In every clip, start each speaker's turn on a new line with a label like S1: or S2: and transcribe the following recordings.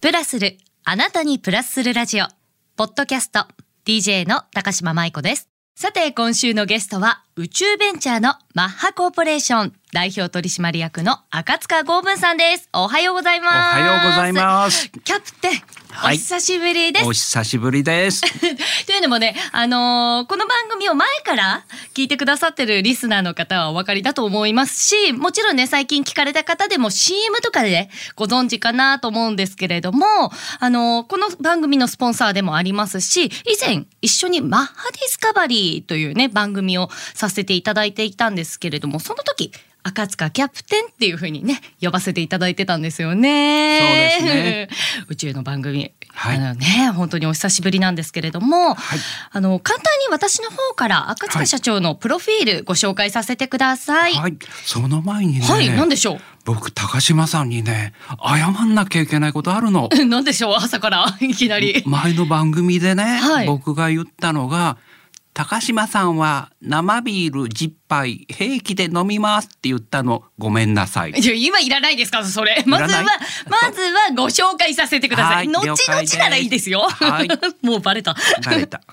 S1: プラスる、あなたにプラスするラジオ、ポッドキャスト、DJ の高島舞子です。さて、今週のゲストは、宇宙ベンチャーのマッハコーポレーション代表取締役の赤塚剛文さんです。おはようござい
S2: お
S1: ます。
S2: はようございます。
S1: す。キャプテン、
S2: はい
S1: お久しぶりです
S2: お。久しぶりです。
S1: というのもね、あのーこの番組を前から聞いてくださってるリスナーの方はお分かりだと思いますし、もちろんね、最近聞かれた方でも CM とかで、ね、ご存知かなと思うんですけれども、あのーこの番組のスポンサーでもありますし、以前一緒にマッハディスカバリーというね、番組をさせていただいていたんですけれども、その時、赤塚キャプテンっていう風にね、呼ばせていただいてたんですよね。
S2: そうですね
S1: 宇宙の番組、
S2: はい
S1: あのね本当にお久しぶりなんですけれども、
S2: はい
S1: あの簡単に私の方から赤
S2: は
S1: 塚
S2: い
S1: 社長のプロフィールご紹介させてください。は、
S2: はいい、その前にね、
S1: 何でしょう。
S2: 僕高島さんにね、謝んなきゃいけないことあるの。
S1: うん何でしょう朝からいきなり。
S2: 前の番組でね、
S1: はい
S2: 僕が言ったのが。高島さんは生ビール10杯平気で飲みますって言ったのごめんなさい
S1: いや今いらないですからそれ。まずは
S2: ない
S1: まずはご紹介させてくださ。
S2: はいい
S1: 後
S2: 了
S1: 々
S2: 解です
S1: ならいいですよ。
S2: はい
S1: もうバレた。
S2: バレた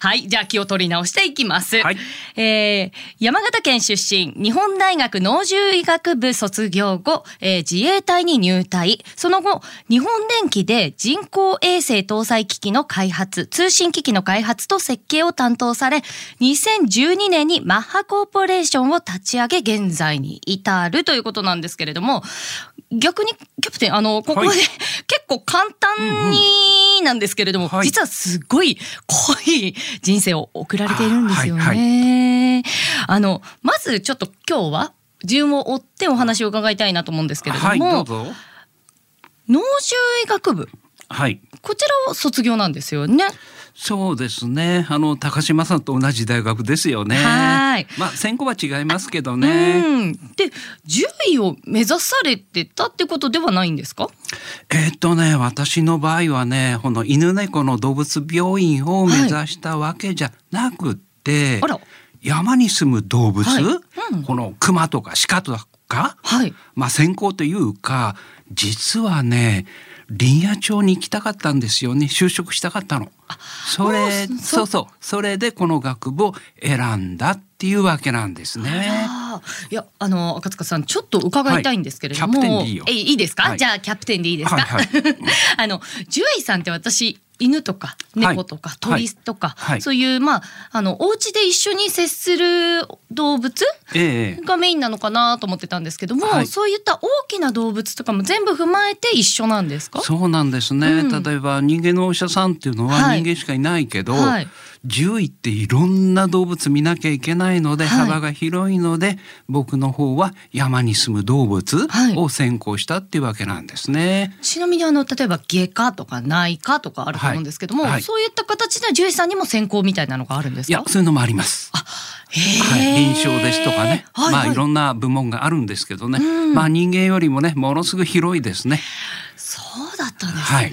S1: はい、じゃあ気を取り直していきます。
S2: はい
S1: えー山形県出身、日本大学農獣医学部卒業後、えー自衛隊に入隊。その後、日本電機で人工衛星搭載機器の開発、通信機器の開発と設計を担当され、2012年にマッハコーポレーションを立ち上げ、現在に至るということなんですけれども、逆にキャプテン、あの、ここで、
S2: はい
S1: 結構簡単になんですけれども、
S2: はい
S1: 実はすごい濃い人生を送られているんですよね。あ,、
S2: はい
S1: のまずちょっと今日は順を追ってお話を伺いたいなと思うんですけれども、
S2: は
S1: 農
S2: いどうぞ
S1: 獣医学部
S2: はい
S1: こちらを卒業なんですよね。
S2: そうですねあの高島さんと同じ大学ですよね
S1: はい
S2: まあ専攻は違いますけどね
S1: うん、で獣医を目指されてたってことではないんですか
S2: えーっとね私の場合はねこの犬猫の動物病院を目指したわけじゃなくて、
S1: あら
S2: 山に住む動物、
S1: はいうん
S2: この熊とか鹿とか、
S1: はい。
S2: まあ、先行というか実はね林野町に行きたかったんですよね就職したかったの。それ
S1: もうそ
S2: そうそうそれでこの学部を選んだっていうわけなんですね。
S1: あーいやあの赤塚さんちょっと伺いたいんですけれども、
S2: はいキャプテンでいいよ
S1: えいいですか、
S2: はい
S1: じゃあキャプテンでいいですか、
S2: はいはい
S1: あの獣医さんって私犬とか猫とか、
S2: はい
S1: 鳥とか、
S2: はい
S1: そういうまああのお家で一緒に接する動物
S2: ええ
S1: がメインなのかなと思ってたんですけども、
S2: はい
S1: そういった大きな動物とかも全部踏まえて一緒なんですか
S2: そうなんですね、
S1: うん
S2: 例えば人間のお医者さんっていうのは
S1: はい
S2: 人間しかいないけど、
S1: はい
S2: 獣医っていろんな動物見なきゃいけないので、
S1: はい
S2: 幅が広いので僕の方は山に住む動物
S1: はい
S2: を専攻したっていうわけなんですね。
S1: ちなみにあの例えば外科とか内科とかあると思うんですけども、
S2: はいはい
S1: そういった形で獣医さんにも専攻みたいなのがあるんです
S2: いや
S1: か
S2: そういうのもあります。はい、
S1: へー
S2: 臨床ですとかね、
S1: はい
S2: ま
S1: は
S2: あ
S1: い
S2: いろんな部門があるんですけどね、
S1: うん
S2: まあ人間よりもねものすごい広いですね。
S1: そうだったんですね。
S2: はい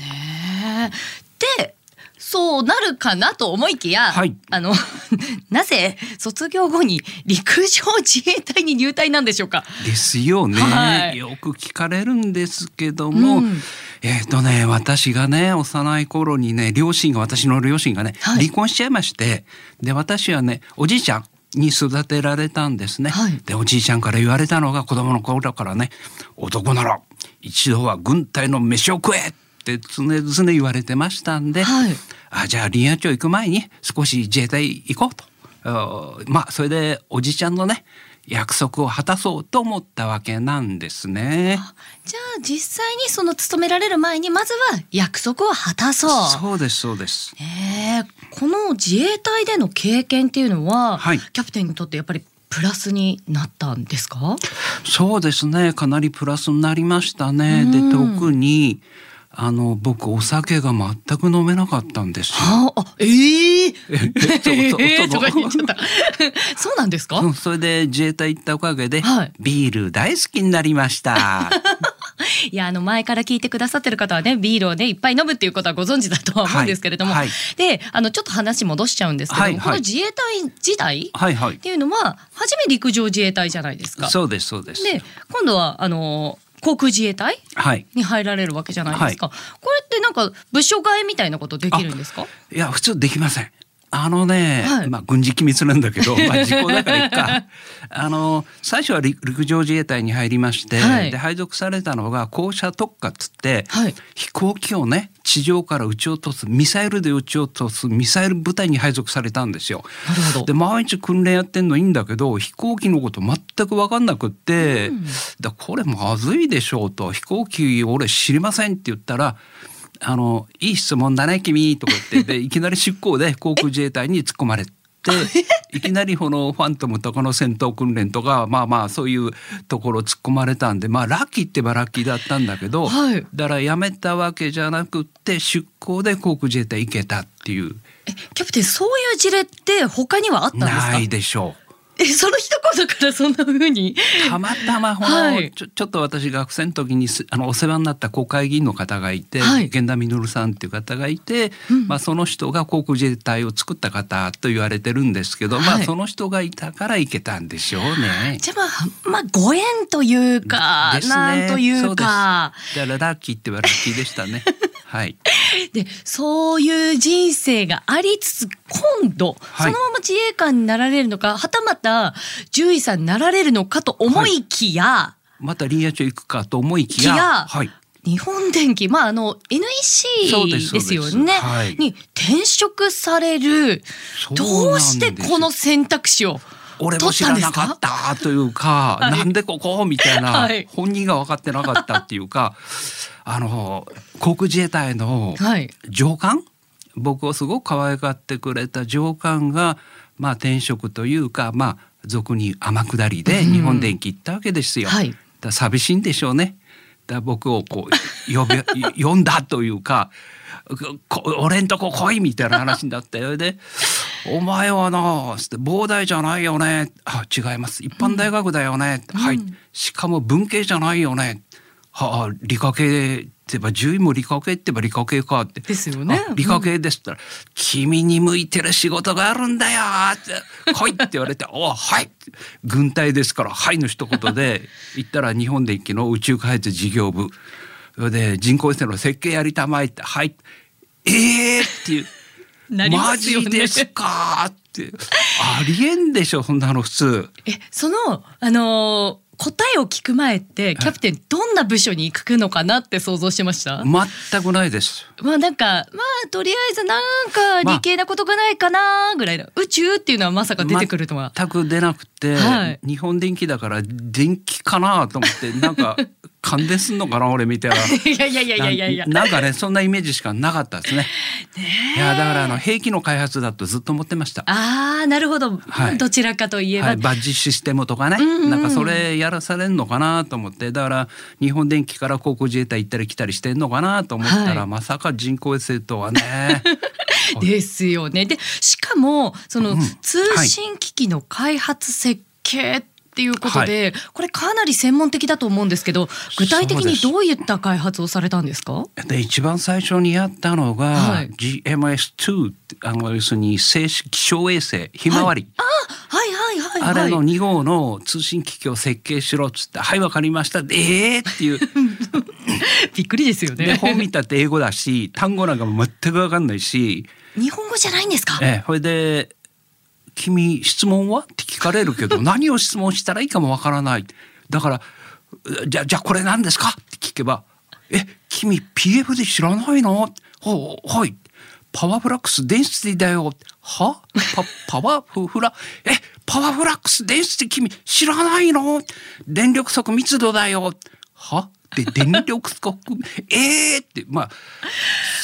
S1: でそうなるかなと思いきや、
S2: はい
S1: あの なぜ卒業後に陸上自衛隊に入隊なんでしょうか。
S2: ですよね、
S1: はい
S2: よく聞かれるんですけども、
S1: うん
S2: えっ、とね私がね幼い頃にね両親が私の両親がね、
S1: はい
S2: 離婚しちゃいましてで私はねおじいちゃんに育てられたんですね、
S1: はい
S2: でおじいちゃんから言われたのが子供の頃からね男なら一度は軍隊の飯を食えって常々言われてましたんで、
S1: はい
S2: あじゃあ林野町行く前に少し自衛隊行こうとあーまあそれでおじちゃんのね約束を果たそうと思ったわけなんですね。
S1: じゃあ実際にその勤められる前にまずは約束を果たそう。
S2: そうですそうです。
S1: ねえこの自衛隊での経験っていうのは、
S2: はい
S1: キャプテンにとってやっぱりプラスになったんですか。
S2: そうですねかなりプラスになりましたね。で
S1: うん
S2: 特にあの僕お酒が全く飲めなかったんですよ。
S1: はあ、あええ
S2: ちょ
S1: ええと
S2: ちょ
S1: か言っちゃった。そうなんですか。
S2: うんそれで自衛隊行ったおかげで、
S1: はい
S2: ビール大好きになり ました。
S1: いやあの前から聞いてくださってる方はねビールをねいっぱい飲むっていうことはご存知だとは思うんですけれども、
S2: はいは
S1: であのちょっと話戻しちゃうんですけども、
S2: はいはい
S1: この自衛隊時代っ
S2: はいはい
S1: ていうのは初め陸上自衛隊じゃないですか。
S2: そうですそうです。
S1: で今度はあの航空自衛隊
S2: はい。
S1: に入られるわけじゃないですか、これってなんか部署替えみたいなことできるんですか
S2: いや普通できません。あのね、
S1: はい
S2: まあ軍事機密なんだけ ど、まあ時効だからいっか。あの最初は陸陸上自衛隊に入りまして、
S1: はい
S2: で配属されたのが高射特化っつって、
S1: はい
S2: 飛行機をね地上から撃ち落とすミサイルで撃ち落とすミサイル部隊に配属されたんですよ。
S1: なるほど
S2: で毎日訓練やってんのいいんだけど飛行機のこと全く分かんなくって、だこれまずいでしょうと飛行機俺知りませんって言ったら「あのいい質問だね君」とか 言ってでいきなり出向で航空自衛隊に突っ込まれて。いきなりこのファントムとかの戦闘訓練とかまあまあそういうところ突っ込まれたんでまあラッキーってばラッキーだったんだけど、
S1: はい
S2: だからやめたわけじゃなくって出向で航空自衛隊行けたっていう
S1: えキャプテンそういう事例って他にはあったんですか
S2: ないでしょう。
S1: えその一言からそんな風に
S2: たまたまこの、
S1: はい
S2: ちょちょっと私学生の時にすあのお世話になった国会議員の方がいて、
S1: はい
S2: 源田稔さんっていう方がいて、まあ、その人が航空自衛隊を作った方と言われてるんですけど、ま
S1: は
S2: あ、
S1: い
S2: その人がいたから行けたんでしょう ね。
S1: じゃあまあ、まあ、ご縁というか、
S2: ですね
S1: なんというか
S2: そうですだからラッキーって言えばラッキーでした ね。はい、
S1: でそういう人生がありつつ今度、
S2: はい
S1: そのまま自衛官になられるのかはたまた獣医さんになられるのかと思いきや、
S2: また林野町行くかと思いき
S1: きや
S2: や、はい、
S1: 日本電機、まあ、あの
S2: そうで
S1: NEC
S2: す
S1: ですよね、
S2: そうですはい
S1: に転職される
S2: そうなんです
S1: どうしてこの選択肢を
S2: 俺も知らなかったというか、
S1: はい
S2: なんでここみたいな、
S1: はい
S2: 本人が分かってなかったっていうかあの航空自衛隊の
S1: はい
S2: 上官、僕をすごく可愛がってくれた上官が、まあ、転職というか、まあ、俗に天下りで
S1: うん
S2: 日本電機行ったわけですよ。
S1: はい
S2: だから寂しいんでしょうね。だから僕をこう呼び 呼んだというか「こ俺んとこ来い」みたいな話になってそれで「お前はなつって膨大じゃないよね」あ「違います一般大学だよね」はいしかも文系じゃないよね」はあ「理科系って言えば獣医も理科系って言えば理科系か」って
S1: ですよね
S2: あ理科系ですって言ったら、君に向いてる仕事があるんだよって、来いって言わ れて、おうはい軍隊ですから、はいの一言 で、行ったら日本電機の宇宙開発事業部。それで、人工衛星の設計やりたまえって、はい。ええっていう。
S1: なりますよね
S2: マジですかって。ありえんでしょ、そんなの普通。
S1: えそのあのー答えを聞く前ってキャプテンどんな部署に行くのかなって想像してました、
S2: 全くないです。
S1: まあなんかまあとりあえずなんか理系なことがないかなぐらいの、宇宙っていうのはまさか出てくるとは、
S2: 全く出なくて、
S1: はい
S2: 日本電気だから電気かなと 思ってなんか感電すんのかな俺みたいな。
S1: いやいやいやいやいやいや
S2: ななんかねそんなイメージしかなかったですね。いやだからあの兵器の開発だとずっと思ってました。
S1: あーなるほど、
S2: はい
S1: どちらかといえば、
S2: はい、バッジシステムとかね、
S1: んうん
S2: なんかそれやらされるのかなと思ってだから日本電機から航空自衛隊行ったり来たりしてんのかなと思ったら、
S1: はい
S2: まさか人工衛星とはね
S1: ですよねでしかもその
S2: うん
S1: 通信機器の開発設計っていうことで、これかなり専門的だと思うんですけど具体的
S2: そう
S1: に
S2: です
S1: どういった開発をされたんですか
S2: で一番最初にやったのが、
S1: はい
S2: GMS2 ってあの要するに静止気象衛星ひまわり、
S1: はいはいはいはい。
S2: あれの2号の通信機器を設計しろっつって「はいわかりました」でえー!」っていう
S1: びっくりですよ
S2: で
S1: ね。
S2: 本見たって英語だし単語なんかも全く分かんないし、
S1: 日本語じゃないんですか。
S2: ええ、それで「君質問は?」って聞かれるけど何を質問したらいいかもわからないだから「じゃじゃあこれ何ですか?」って聞けば「え君 PF で知らないの?」ほうはい」パワーフラックスデンシティだよ。はパパワーフラ、え、パワーフラックスデンシティ君知らないの電力速密度だよ。はで、電力速、えーって、まあ、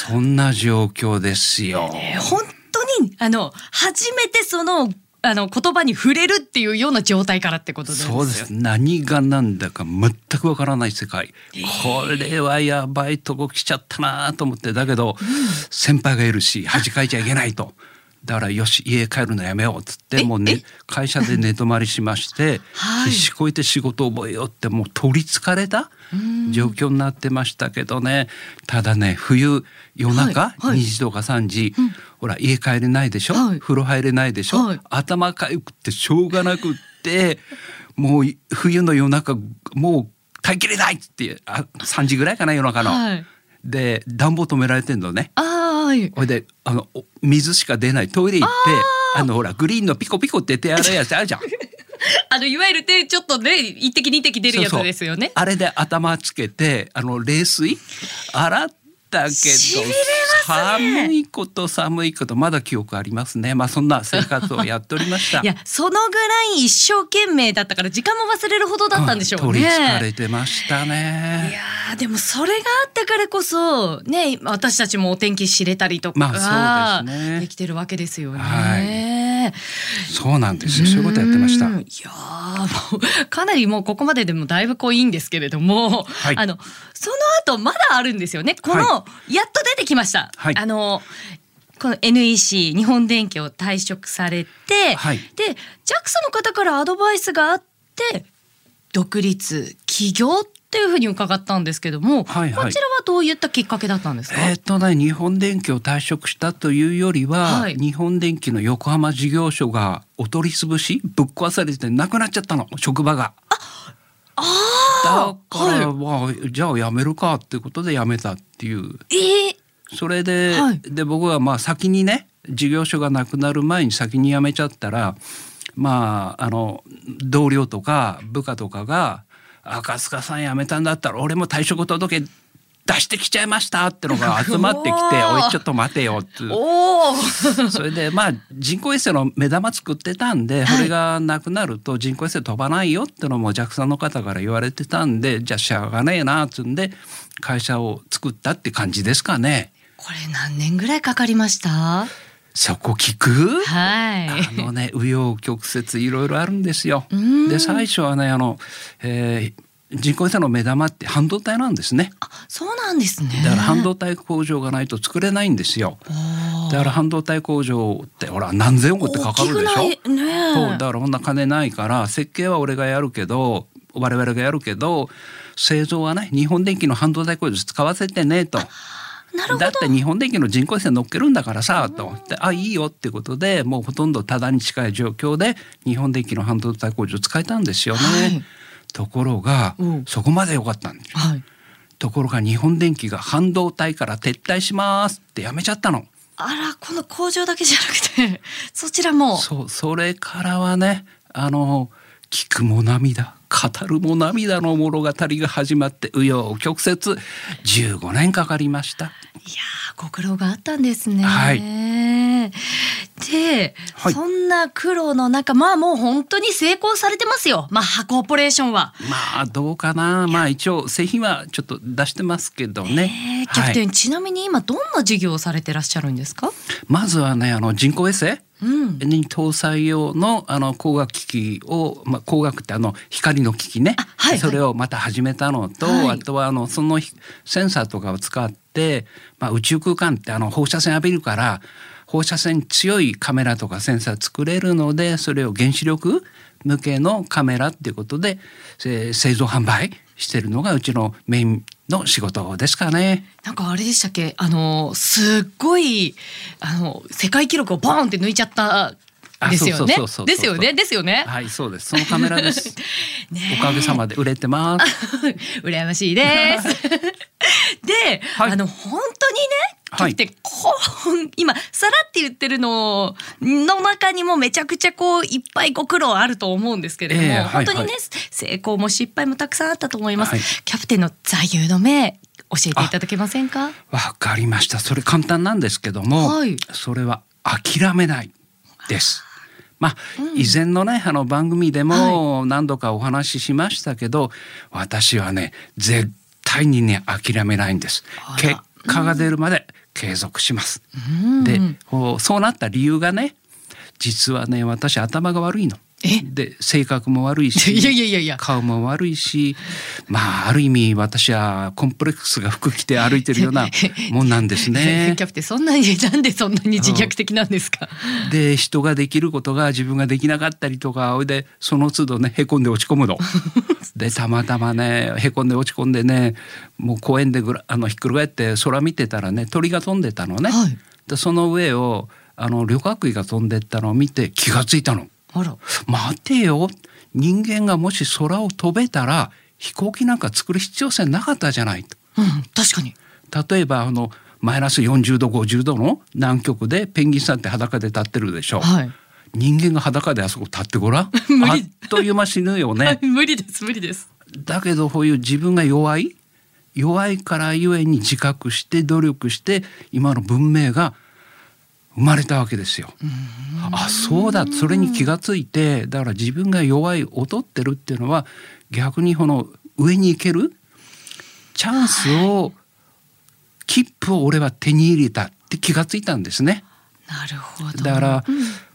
S2: そんな状況ですよ。
S1: えー本当にあの初めてそのあの言葉に触れるっていうような状態からってことなんですよ。
S2: そうです。何が何だか全くわからない世界、これはやばいとこ来ちゃったなと思ってだけど、先輩がいるし恥かいちゃいけないとだからよし家帰るのやめようっつってもう、ね、会社で寝泊まりしまして、
S1: はい
S2: 必死こいて仕事覚えようってもう取りつかれた状況になってましたけどねただね冬夜中、
S1: はいはい
S2: 2時とか3時、ほら家帰れないでしょ、
S1: はい
S2: 風呂入れないでしょ、
S1: はい
S2: 頭かゆくてしょうがなくってもう冬の夜中もう耐えきれないってあ3時ぐらいかな夜中の。
S1: はい
S2: で暖房止められてんのね。
S1: ああ、はい。
S2: ほいであのお水しか出ないトイレ行ってあのほらグリーンのピコピコって手洗いやつあるじゃん。
S1: あの、いわゆる手、ちょっとね、一滴二 滴出るやつ
S2: そうそう
S1: ですよね。
S2: あれで頭つけてあの冷水洗ったけど
S1: しびれますね
S2: 寒いこと寒いことまだ記憶ありますねまあそんな生活をやっておりました
S1: いや、そのぐらい一生懸命だったから、時間も忘れるほどだったんでしょうね。
S2: 取り憑かれてました
S1: いや
S2: ね
S1: ーでもそれがあったからこそね今私たちもお天気知れたりとか、
S2: まあそうですね
S1: きてるわけですよね。
S2: はそうなんですよそういうことやってました
S1: うんいやーもうかなりもうここまででもだいぶ濃いんですけれども、
S2: はい
S1: あのその後まだあるんですよねこの、
S2: は
S1: やっと出てきました、
S2: はい
S1: あのこの NEC 日本電機を退職されて、
S2: はい
S1: で JAXA の方からアドバイスがあって独立起業っていうふうに伺ったんですけども、
S2: はいはい
S1: こちらはどういったきっかけだったんですか、
S2: えーっとね日本電機を退職したというよりは、
S1: はい
S2: 日本電機の横浜事業所がお取り潰しぶっ壊されてなくなっちゃったの職場が。
S1: あ
S2: だ
S1: あ
S2: から、
S1: は
S2: まあじゃあ辞めるかってことで辞めたっていう
S1: い、えー
S2: それで,、
S1: はい
S2: で僕はまあ先にね事業所がなくなる前に先に辞めちゃったらまああの同僚とか部下とかが「赤塚さん辞めたんだったら俺も退職届出してきちゃいました」って のが集まってきて「
S1: おー
S2: おいちょっと待てよ」って
S1: おお
S2: それでまあ人工衛星の目玉作ってたんで、
S1: はい
S2: これがなくなると人工衛星飛ばないよってのも JAXA の方から言われてたんでじゃあしゃがねえなっつうんで会社を作ったって感じですかね。
S1: これ何年ぐらいかかりました
S2: そこ聞く
S1: はい。
S2: あのね紆余曲折いろいろあるんですよ
S1: うん。
S2: で最初はねあの、えー人工衛星の目玉って半導体なんですね。
S1: あ、そうなんですね。
S2: だから半導体工場がないと作れないんですよ。だから半導体工場ってほら何千億ってかかるでしょ。
S1: 大きくないね。
S2: そうだからこんな金ないから設計は俺がやるけど我々がやるけど製造はね日本電機の半導体工場使わせてねと。
S1: なるほ
S2: だ
S1: ど
S2: っ。て日本電機の人工衛星乗っけるんだからさと思ってあいいよってことでもうほとんどタダに近い状況で日本電機の半導体工場使えたんですよね。
S1: はい
S2: ところが、
S1: うん
S2: そこまで良かったんです
S1: はい。
S2: ところが日本電機が半導体から撤退しますってやめちゃったの。
S1: あら、この工場だけじゃなくて、そちらも。
S2: そうそれからはねあの聞くも涙語るも涙の物語が始まって紆余曲折15年かかりました。
S1: いやー、ご苦労があったんですね。
S2: はい
S1: で、
S2: はい
S1: そんな苦労の中、まあもう本当に成功されてますよ。まあ、ハコーポレーションは。
S2: まあどうかなまあ一応製品はちょっと出してますけど
S1: え
S2: ね
S1: ー、キャプテン、
S2: はい、
S1: ちなみに今どんな事業をされてらっしゃるんですか。
S2: まずはねあの人工衛星
S1: うん。
S2: に搭載用のあの光学機器を、まあ、光学ってあの光の機器ね
S1: あ、はい
S2: それをまた始めたのと、
S1: はい
S2: あとはあのそのひセンサーとかを使って、まあ、宇宙空間ってあの放射線浴びるから放射線強いカメラとかセンサー作れるのでそれを原子力向けのカメラっていうことで、えー製造販売してるのがうちのメインの仕事ですかね。
S1: なんかあれでしたっけあのすっごいあの世界記録をボーンって抜いちゃった
S2: あ
S1: ですよね
S2: そうそうそうそうそう
S1: ですよねですよね、
S2: はい、そうです。そのカメラです。
S1: ねえ
S2: おかげさまで売れてます。
S1: 羨ましいです。 で、
S2: はい
S1: あの本当にね、
S2: は
S1: き
S2: い
S1: ってこう今さらって言ってるのの中にもめちゃくちゃこういっぱいご苦労あると思うんですけれども、
S2: ええは
S1: 本
S2: い
S1: 当にね、
S2: はい
S1: 成功も失敗もたくさんあったと思います。
S2: はい
S1: キャプテンの座右の銘教えていただけませんか。
S2: わかりました。それ簡単なんですけども、
S1: はい
S2: それは諦めないです。まあ、以前のねあの番組でも何度かお話ししましたけど、私はね絶対にね諦めないんです
S1: あら
S2: 結果が出るまで継続します、
S1: うん
S2: でこうそうなった理由がね実はね私頭が悪いの
S1: え
S2: で性格も悪い し
S1: いやいやいやいや。
S2: 顔も悪いしまあある意味私はコンプレックスが服着て歩いてるよう なもんなんですね
S1: キ。ャプテンそんなに なんでそんなに自虐的なんですか。
S2: で人ができることが自分ができなかったりとかほいでその都度ねへこんで落ち込 むの。でたまたまねへこんで落ち込んでねもう公園でぐらあのひっくり返って空見てたらね鳥が飛んでたのね。
S1: はい
S2: でその上をあの旅客機が飛んでったのを見て気がついたの。
S1: あら。
S2: 待てよ人間がもし空を飛べたら飛行機なんか作る必要性なかったじゃないと。
S1: うん、確かに。
S2: 例えばあのマイナス40度50度の南極でペンギンさんって裸で立ってるでしょう、
S1: はい
S2: 人間が裸であそこ立ってごらん
S1: 無理
S2: あっという間死ぬよ ね、
S1: はい無理です、無理です。
S2: だけどこういう自分が弱い弱いからゆえに自覚して努力して今の文明が生まれたわけですよ。あそうだそれに気がついてだから自分が弱い劣ってるっていうのは逆にこの上に行けるチャンスを切符を俺は手に入れたって気がついたんですね。
S1: なるほど。
S2: だから、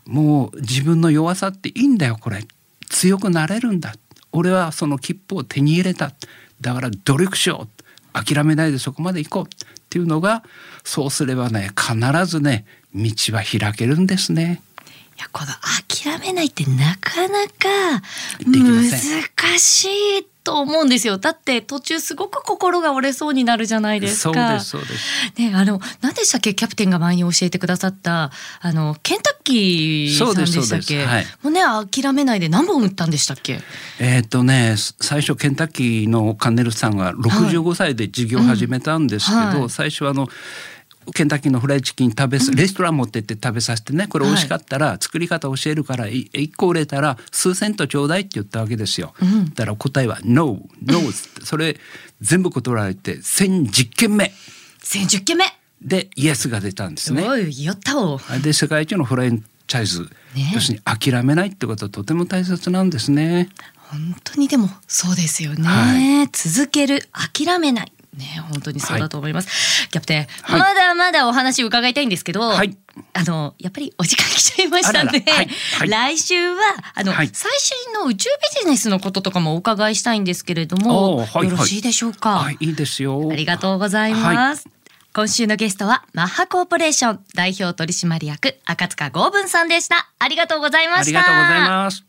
S2: もう自分の弱さっていいんだよこれ強くなれるんだ俺はその切符を手に入れただから努力しよう諦めないでそこまで行こうっていうのがそうすればね必ずね道は開けるんですね。
S1: いやこの諦めないってなかなか
S2: できませ
S1: 難しいと思うんですよ。だって途中すごく心が折れそうになるじゃないです
S2: そう
S1: か。
S2: ですそうです。
S1: ねあの何でしたっけキャプテンが前に教えてくださったあのケンタッキーさんでしたっ
S2: そうですそ
S1: け。
S2: うですはい
S1: もうね諦めないで何本打ったんでしたっけ。
S2: えーっとねす最初ケンタッキーのカンネルさんが65歳で事業を始めたんですけど、
S1: うんはい
S2: 最初はあのケンタッキーのフライチキン食べす、レストラン持ってって食べさせてねこれ美味しかったら作り方教えるから1個売れたら数セントちょうだいって言ったわけですよ。だから答えは「NO」「NO」ってそれ全部断られて1,010件目
S1: 千十件目。
S2: でイエスが出たんです
S1: す
S2: ね。
S1: ごいよったお。
S2: で世界一のフランチャイズ、
S1: ね
S2: 要するに諦めないってことはとても大切なんですね。
S1: 本当にでもそうですよね、
S2: は
S1: 続ける諦めないね本当にそうだと思います、キャプテン、
S2: はい
S1: まだまだお話伺いたいんですけど、
S2: はい
S1: あのやっぱりお時間来ちゃいましたんで
S2: あららはいはい
S1: 来週はあの、
S2: はい
S1: 最新の宇宙ビジネスのこととかもお伺いしたいんですけれども、
S2: おーはい
S1: よろしいでしょうか、
S2: はい、いいですよ。
S1: ありがとうございます、今週のゲストはマッハコーポレーション代表取締役赤塚剛文さんでしたありがとうございま
S2: あ
S1: し
S2: り
S1: た
S2: がとうございます。